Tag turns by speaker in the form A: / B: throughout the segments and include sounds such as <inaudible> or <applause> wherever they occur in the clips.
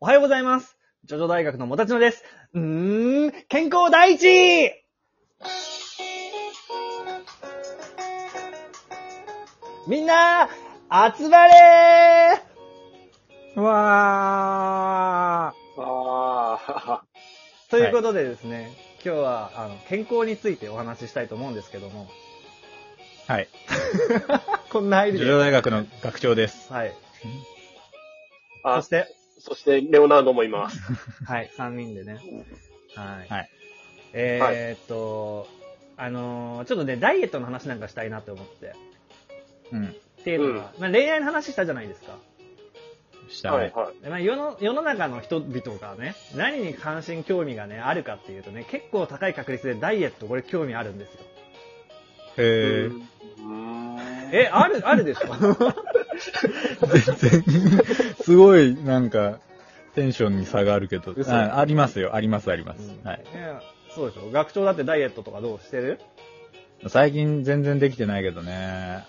A: おはようございます。ジョジョ大学のもたちのです。うーん、健康第一みんな、集まれーわ
B: ああ、
A: ー <laughs> ということでですね、今日は、あの、健康についてお話ししたいと思うんですけども、
C: はい。
A: こんな入
C: ジ
A: り
C: ョ
A: で
C: ジョ大学の学長です。
A: はい。そ
B: あ
A: し、て、
B: そして、レオナルドもいます。
A: はい、3人でね。はい。
C: はい
A: えーっと、あのーちょっとね、ダイエットの話なんかしたいなと思って。
C: うん。
A: っていうのは、まあ、恋愛の話したじゃないですか。
C: した
B: はい、
C: ね。
B: はい。
A: でまあ、世の世の中の人々がね、何に関心、興味がね、あるかっていうとね、結構高い確率でダイエット、これ興味あるんですよ。
C: へえ。
A: え、ある、ある <laughs> でしょ
C: 全然、すごい、なんか、テンションに差があるけど。
B: 嘘
C: あありますよ。あります、ありま
A: う
C: す
A: ん。
C: はい。
A: ねそうでしょ学長だってダイエットとかどうしてる、
C: 最近全然できてないけどね。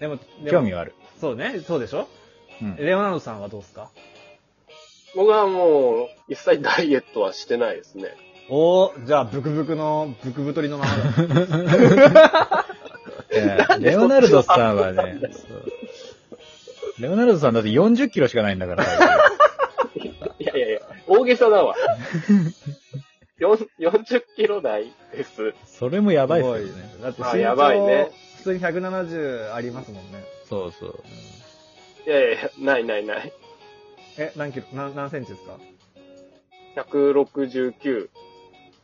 A: でも、でも
C: 興味はある。
A: そうね、そうでしょ
C: <laughs> うん。
A: レオナルドさんはどうですか
B: 僕はもう、一切ダイエットはしてないですね。
A: おー、じゃあ、ブクブクの、ブク太りのままだ。
C: いやレオナルドさんはね、そうレオナルドさんだって40キロしかないんだから。
B: いやいやいや、大げさだ <laughs> わ。よん40キロ台です。
C: それもやばいっすよ
A: すごい
C: ね。
A: だって
B: あやばいね。
A: 普通に170ありますもんね。
C: そうそう。
B: いやいやいや、ないないない。
A: え、何キロ、何何センチですか
B: 169。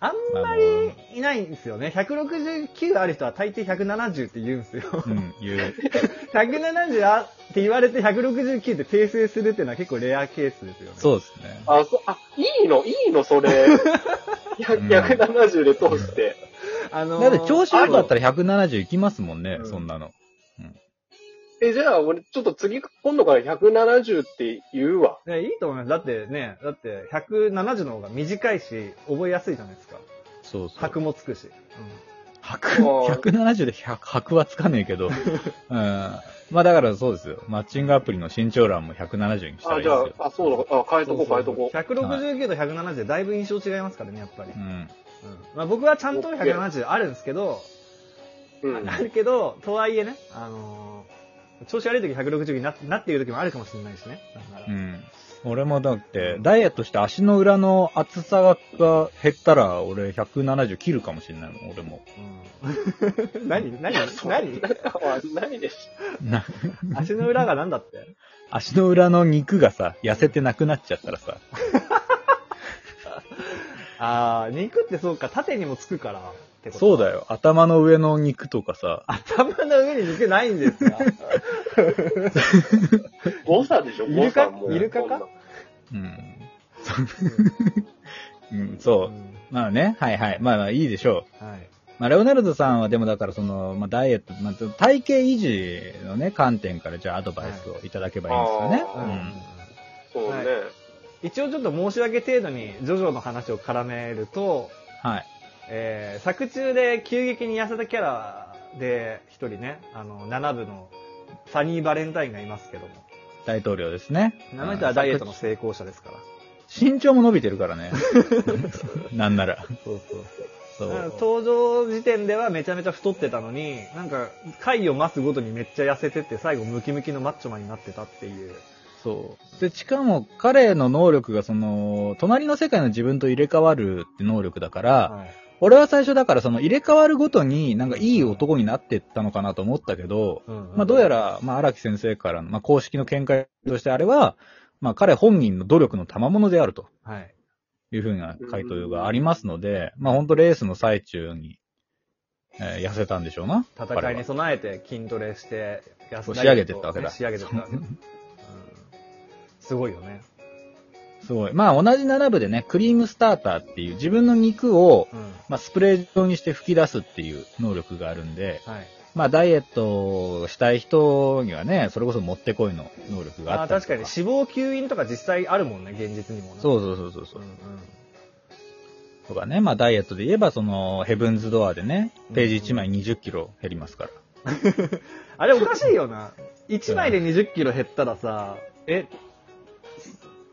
A: あん
C: あ
A: ま
C: の
A: りいないんですよね。169ある人は大抵170って言うんですよ。
C: うん、言う。
A: 170あって言われて169って訂正するっていうのは結構レアケースですよね。う。
C: そうですね。
B: あ、そ、あ、いいのいいのそ <laughs> れ。
C: ん
B: 170で通して。
A: あの
C: だって調子良かった
A: ら。
C: ら170いきますもんね
A: う、ん
C: そんなの。
B: え、じゃあ、俺、ちょっと次、今度から170って言うわ。
A: ねいいと思います。だってね、だって170の方が短いし、覚えやすいじゃないですか。
C: そうそう。
A: 箔もつくし。
C: 白、
B: あー
C: 170で100白はつかねえけど。うん。まあだからそうですよ。マッチングアプリの身長欄も170にしたらい
B: あ、
C: い
B: じ
C: で
B: ゃ
C: すよ。
B: あ、あ、そうだ、あ、変えとこう変えとこう。
A: 169と170でだいぶ印象違いますからね、やっぱり。
C: う
A: うん
C: ん。
A: まあ、僕はちゃんと170あるんですけど、
B: う
C: <laughs>
B: ん
A: あ。るけど、とはいえね、あのー調子悪い時160にななっている時もあるかもしれないしね。だから
C: うん。俺もだって、ダイエットして足の裏の厚さが減ったら、俺170切るかもしれないもん、俺も。
A: うん <laughs> 何何何
B: あないです。
C: な
A: 足の裏が何だって
C: 足の裏の肉がさ、痩せてなくなっちゃったらさ。
A: ああ、肉ってそうか、縦にもつくからってこと。
C: そうだよ。頭の上の肉とかさ。
A: 頭の上に肉ないんですか
B: 誤差でしょ、
A: イル
B: 誤
A: カ
B: 差もう。
A: イルカか
B: こん
C: うん。うん、 <laughs> そう。まあね、はいはい。まあまあいいでしょう。
A: うんはい。
C: まあ、レオナルドさんはでもだからその、まあ、ダイエット、まあ、体型維持のね、観点からじゃあアドバイスをいただけばいいんですよね。
B: は
A: うん
B: いそうね。
A: はい一応ちょっと申し訳程度に、ジョジョの話を絡めると、
C: うん。はい。
A: えー作中で急激に痩せたキャラで一人ね、あの、7部のサニー・バレンタインがいますけども。
C: 大統領ですね。
A: あの人はダイエットの
C: うん
A: 成功者ですから。
C: 身長も伸びてるからね。 <laughs> なんなら。
A: そうそう
C: そ
A: うん
C: う。
A: 登場時点ではめちゃめちゃ太ってたのに、なんか、回を増すごとにめっちゃ痩せてって、最後ムキムキのマッチョマンになってたっていう。
C: そう。で、しかも彼の能力がその、隣の世界の自分と入れ替わるって能力だから、
A: はい
C: 俺は最初だからその入れ替わるごとになんかいい男になってったのかなと思ったけど、
A: うん
C: まあどうやら、まあ荒木先生からの、まあ公式の見解としてあれは、まあ彼本人の努力の賜物であると
A: はい。
C: いうふうな回答がありますので、まあ本当レースの最中に、えー痩せたんでしょうな。 <laughs>
A: 戦いに
C: 彼は
A: 備えて筋トレして、痩
C: そう仕上げてったわけだ
A: ね仕上げてった
C: <laughs>
A: わけだ。うんすごいよね。
C: すごい。まあ同じ並ぶでね、クリームスターターっていう自分の肉を、
A: うん。
C: まあスプレー状にして吹き出すっていう能力があるんで、
A: はい。
C: まあ、ダイエットをしたい人にはね、それこそもってこいの能力が
A: あ
C: あ
A: あ
C: ったり
A: 確
C: と
A: かに脂肪吸引とか実際あるもんね、現実にもね。
C: そうそうそうそうそうう。
A: んうん。
C: とかね、まあ、ダイエットで言えば、その、ヘブンズドアーでね、ページ1枚20キロ減りますから。
A: <laughs> あれおかしいよな。1枚で20キロ減ったらさ、え、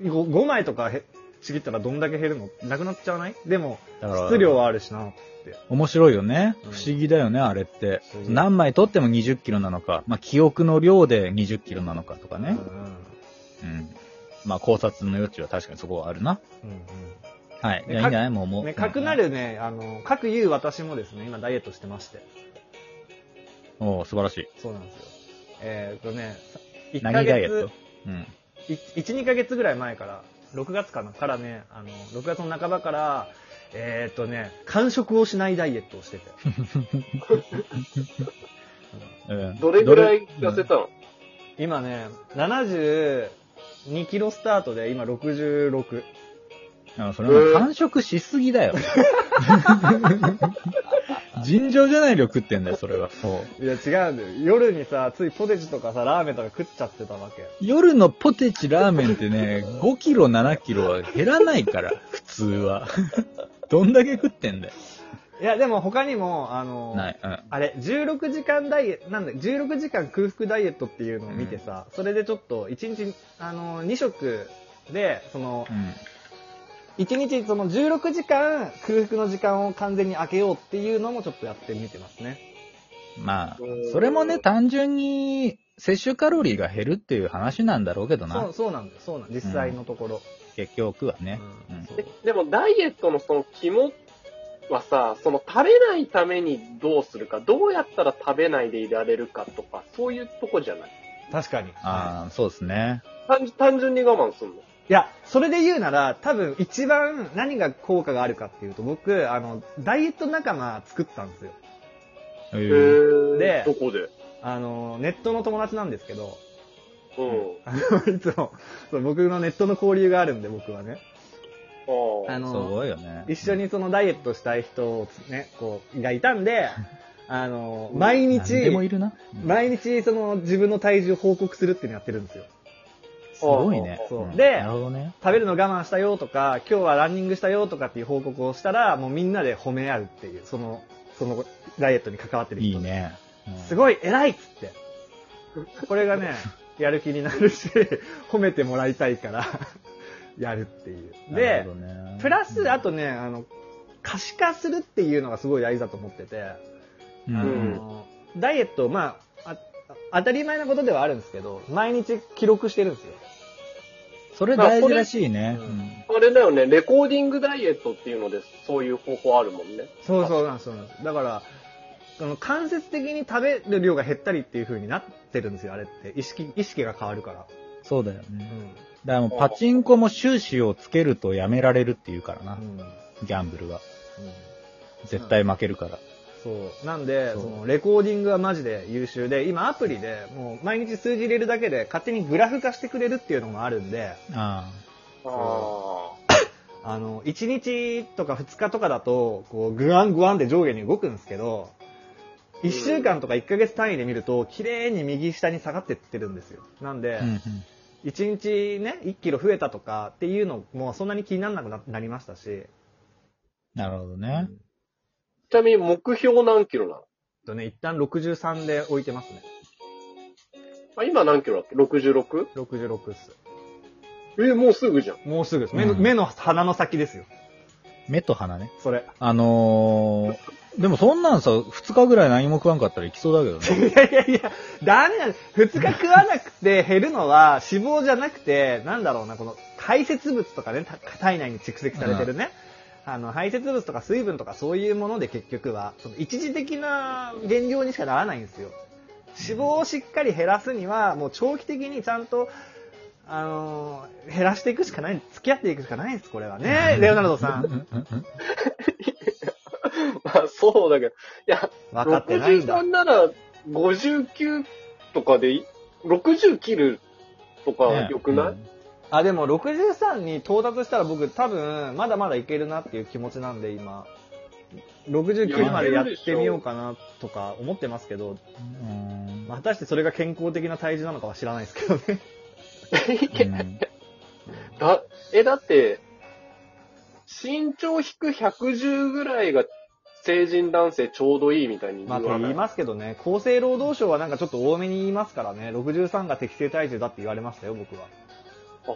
A: 5, 5枚とかへちぎったらどんだけ減るのなくなっちゃわないでも、
C: だから
A: 質量はあるしな。
C: 面白いよね
A: うん。
C: 不思議だよね、あれって
A: 不思。議
C: 何枚取っても20キロなのか、まあ、記憶の量で20キロなのかとか
A: うん
C: ね。うん。まあ、考察の余地は確かにそこはあるな。
A: うん
C: はい。じ
A: ね
C: ゃあいいんじゃないもう、も
A: うん
C: う。
A: ね、各なるね、あの、各言う私もですね、今ダイエットしてまして。
C: うん。おう素晴らしい。
A: そうなんですよ。えーっとね、1ヶ
C: 何ダイエット
A: 月、
C: うん。
A: 1、2ヶ月ぐらい前から、6月かなからね、あの、6月の半ばから、えーっとね、完食をしないダイエットをしてて。
C: うん
B: どれぐらい痩せたの
A: 今ね、72キロスタートで、今66。
C: あそれはもう完食しすぎ
A: <laughs>
C: だよ。尋常じゃない量食ってんだよ、それは。
A: いや、違うんだよ。夜にさ、ついポテチとかさ、ラーメンとか食っちゃってたわけ。
C: 夜のポテチラーメンってね、5キロ、7キロは減らない
A: <laughs>
C: から、普通は。どんだけ食ってんだよ。
A: いや、でも他にも、あの、
C: ない。うん。
A: あれ、16時間ダイエット、なんだ、16時間空腹ダイエットっていうのを見てさ、それでちょっと、1日、あの、2食で、その
C: う、ん。
A: 1日その16時間空腹の時間を完全に空けようっていうのもちょっとやってみてますね。
C: まあ
B: うーん、
C: それもね、単純に摂取カロリーが減るっていう話なんだろうけど
A: そ
C: な
A: う、、そうなんだよ。そうなん、実際のところ。
C: 結局はね。
A: うん
C: うん
A: そう
B: ででも、ダイエットのその肝はさ、その食べないためにどうするか、どうやったら食べないでいられるかとか、そういうとこじゃない
A: 確かに。
C: ああ、そうですね。
B: 単単純に我慢すんの。
A: いや、それで言うなら、多分一番何が効果があるかっていうと、僕、あの、ダイエット仲間作ったんですよ。
C: うん
B: へー
A: で
B: どこで
A: あの、ネットの友達なんですけど、 <laughs>
B: うん。
A: あの、いつも、そう僕のネットの交流があるんで、僕はね。
B: あ
A: あ
B: あ。
C: す
A: の、
C: ごいよね。
A: 一緒にそのダイエットしたい人をね、こう、がいたん
C: <laughs>
A: で、あの、毎
C: 何で
A: 日、
C: もいるな。うん
A: 毎日その自分の体重報告するっていうのやってるんですよ。
C: すごいね。
A: そうんで
C: なるほどね。
A: 食べるの我慢したよとか、今日はランニングしたよとかっていう報告をしたら、もうみんなで褒め合うっていう、その、そのダイエットに関わってる人。
C: いいね。うん
A: すごい偉いっつって。これが <laughs> ね、やる気になるし、 <laughs> 褒めてもらいたいから、 <laughs> やるっていう。
C: なる
A: で
C: ほ、どね
A: プラス、あ、とね、あの、可視化するっていうのがすごい大事だと思ってて、
C: うん
A: あ
C: うん
A: の、ダイエット、まあ、あ当たり前なことではあるんですけど、毎日記録してるんですよ。
C: それ大事らしいね。
A: まあ
C: う
A: これ
C: ん
B: あれだよね、レコーディングダイエットっていうので、そういう方法あるもんね。
A: そうそうなんです、そうなんです。だから、その間接的に食べる量が減ったりっていう風になってるんですよ、あれって。意識、意識が変わるから。
C: そうだよ
A: う
C: ね。
A: ん。
C: だからもうパチンコも収支をつけるとやめられるっていうからな
A: う、ん。うん
C: ギャンブルは。絶対負けるから。
A: そう。なんで、
C: そ
A: そうの、レコーディングはマジで優秀で、今アプリで、もう毎日数字入れるだけで、勝手にグラフ化してくれるっていうのもあるんで、
C: あ
B: あ
A: あの、1日とか2日とかだと、こう、グワングワンで上下に動くんですけど、1週間とか1ヶ月単位で見ると、綺麗に右下に下がってってるんですよ。なんで、
C: あ。うんうん
A: 1日ね、1キロ増えたとかっていうのもそんなに気にならなくななりましたし、
C: なるほど
A: う
C: ね。
A: ん
B: ちなみに目標何キロなの
A: とね、一旦63で置いてますね。
B: あ今何キロだっけ ?66?
A: 66っす。
B: えーもうすぐじゃん。
A: もうすぐです。目の,、
C: うん
A: 目の鼻の先ですよ。
C: 目と鼻ね。
A: それ。
C: あのー、でもそんなんさ、2日ぐらい何も食わんかったらいきそうだけど
A: <laughs> い
C: ね。
A: やいやいや、ダメなんです。2日食わなくて減るのは脂肪じゃなくて、なんだろうな、この排泄物とかね、た体内に蓄積されてるね。あの、排泄物とか水分とかそういうもので結局は、その一時的な減量にしかならないんですよ。脂肪をしっかり減らすには、もう長期的にちゃんと、あのー減らしていくしかない、付き合っていくしかないです、これはね。レオナルドさ <laughs> ん。
B: まあそうだけど。いや、
A: 分かってないんだ
B: 63。なら59とかでい、60切るとか
C: ね
B: よく <laughs> ない、
C: うん
A: あ、でも63に到達したら僕多分まだまだいけるなっていう気持ちなんで今、69までやってみようかなとか思ってますけど、
C: うん
A: まあ果たしてそれが健康的な体重なのかは知らないですけど <laughs> ね。
C: うん
B: だえ、だって、身長引く110ぐらいが成人男性ちょうどいいみたいに言
A: まあっ
B: わ
A: て
B: ない
A: 言いますけどね、厚生労働省はなんかちょっと多めに言いますからね、63が適正体重だって言われましたよ、僕は。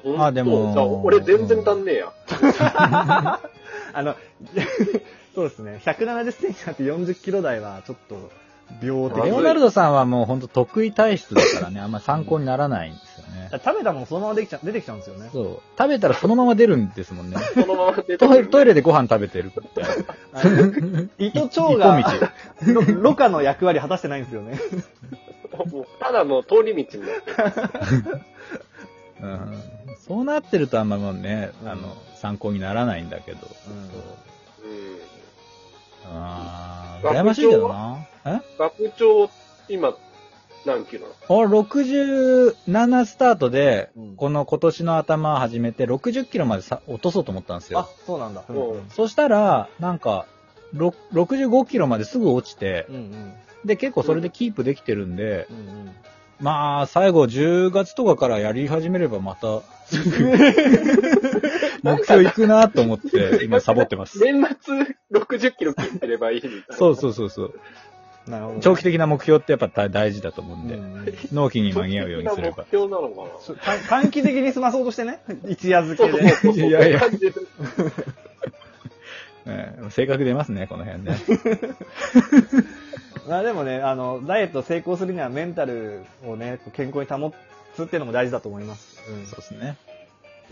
B: ほん
C: あでも
B: じゃあ俺全然足んねえや。
A: あの、 <laughs> そうですね。170センチあって40キロ台は、ちょっと、病的
B: あ
C: レオナルドさんはもう本当得意体質だからね、あんま参考にならないんですよね。
A: 食べたものそのままできちゃ出てきちゃうんですよね。
C: そう。食べたらそのまま出るんですもんね。
B: そのまま出て
C: ト
B: く
C: イレ
B: る。
C: トイレでご飯食べてるって。
A: あの糸腸
C: い
A: が、
C: 糸道
A: ろろ過の役割果たしてないんですよね。
B: もうただの通り道になってる。
C: うんそうなってるとあんまもうね、
A: うん
C: あの、参考にならないんだけど。
A: うん
B: うん。
C: あー
B: 学長は
C: 羨ましいけどな。えあ、
B: 学長、今、何キロなの
C: 67スタートで
A: うん、
C: この今年の頭始めて60キロまでさ落とそうと思ったんです
A: あ
C: よ。、
A: そうなんだ。うん
B: おう
C: そしたら、なんか、ろ65キロまですぐ落ちて
A: う、んうん
C: で、結構それでキープできてるんで、
A: うんうん。
C: まあ、最後10月とかからやり始めればまた、目標いくなと思って、今サボって
B: <laughs>
C: ます。
B: 年末60キロ切ってればいいみたいな。
C: そうそうそうそう。
A: なるほど。
C: 長期的な目標ってやっぱ大大事だと思うん
A: う
C: で、
A: んうん
C: 納期に間に合うようにすれば
B: 目。標なのかな
A: そう短短期的に済まそうとしてね。一夜漬
B: そう
A: け
B: そ
A: で。
B: うそうそう。
C: いやいや
B: そうう感じで
C: ええ性格出ますね、この辺ね。
A: まあでもね、あの、ダイエット成功するにはメンタルをね、健康に保つっていうのも大事だと思います。うん
C: そうですね。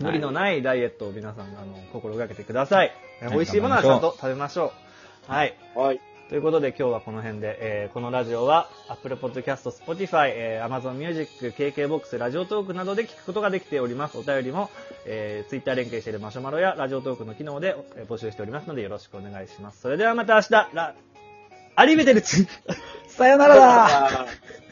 A: 無理のないダイエットを皆さん、あの、心がけてください。
C: はい
A: 美味しいものはちゃんと食べましょう。はい。
B: はい。
A: ということで今日はこの辺で、えーこのラジオは Apple Podcast、Spotify、えー Amazon Music、KKBOX、ラジオトークなどで聞くことができております。お便りも、えー Twitter 連携しているマシュマロやラジオトークの機能で、えー募集しておりますのでよろしくお願い <laughs> します。それではまた明日、ラ、アリベテルチさよならだ
B: あー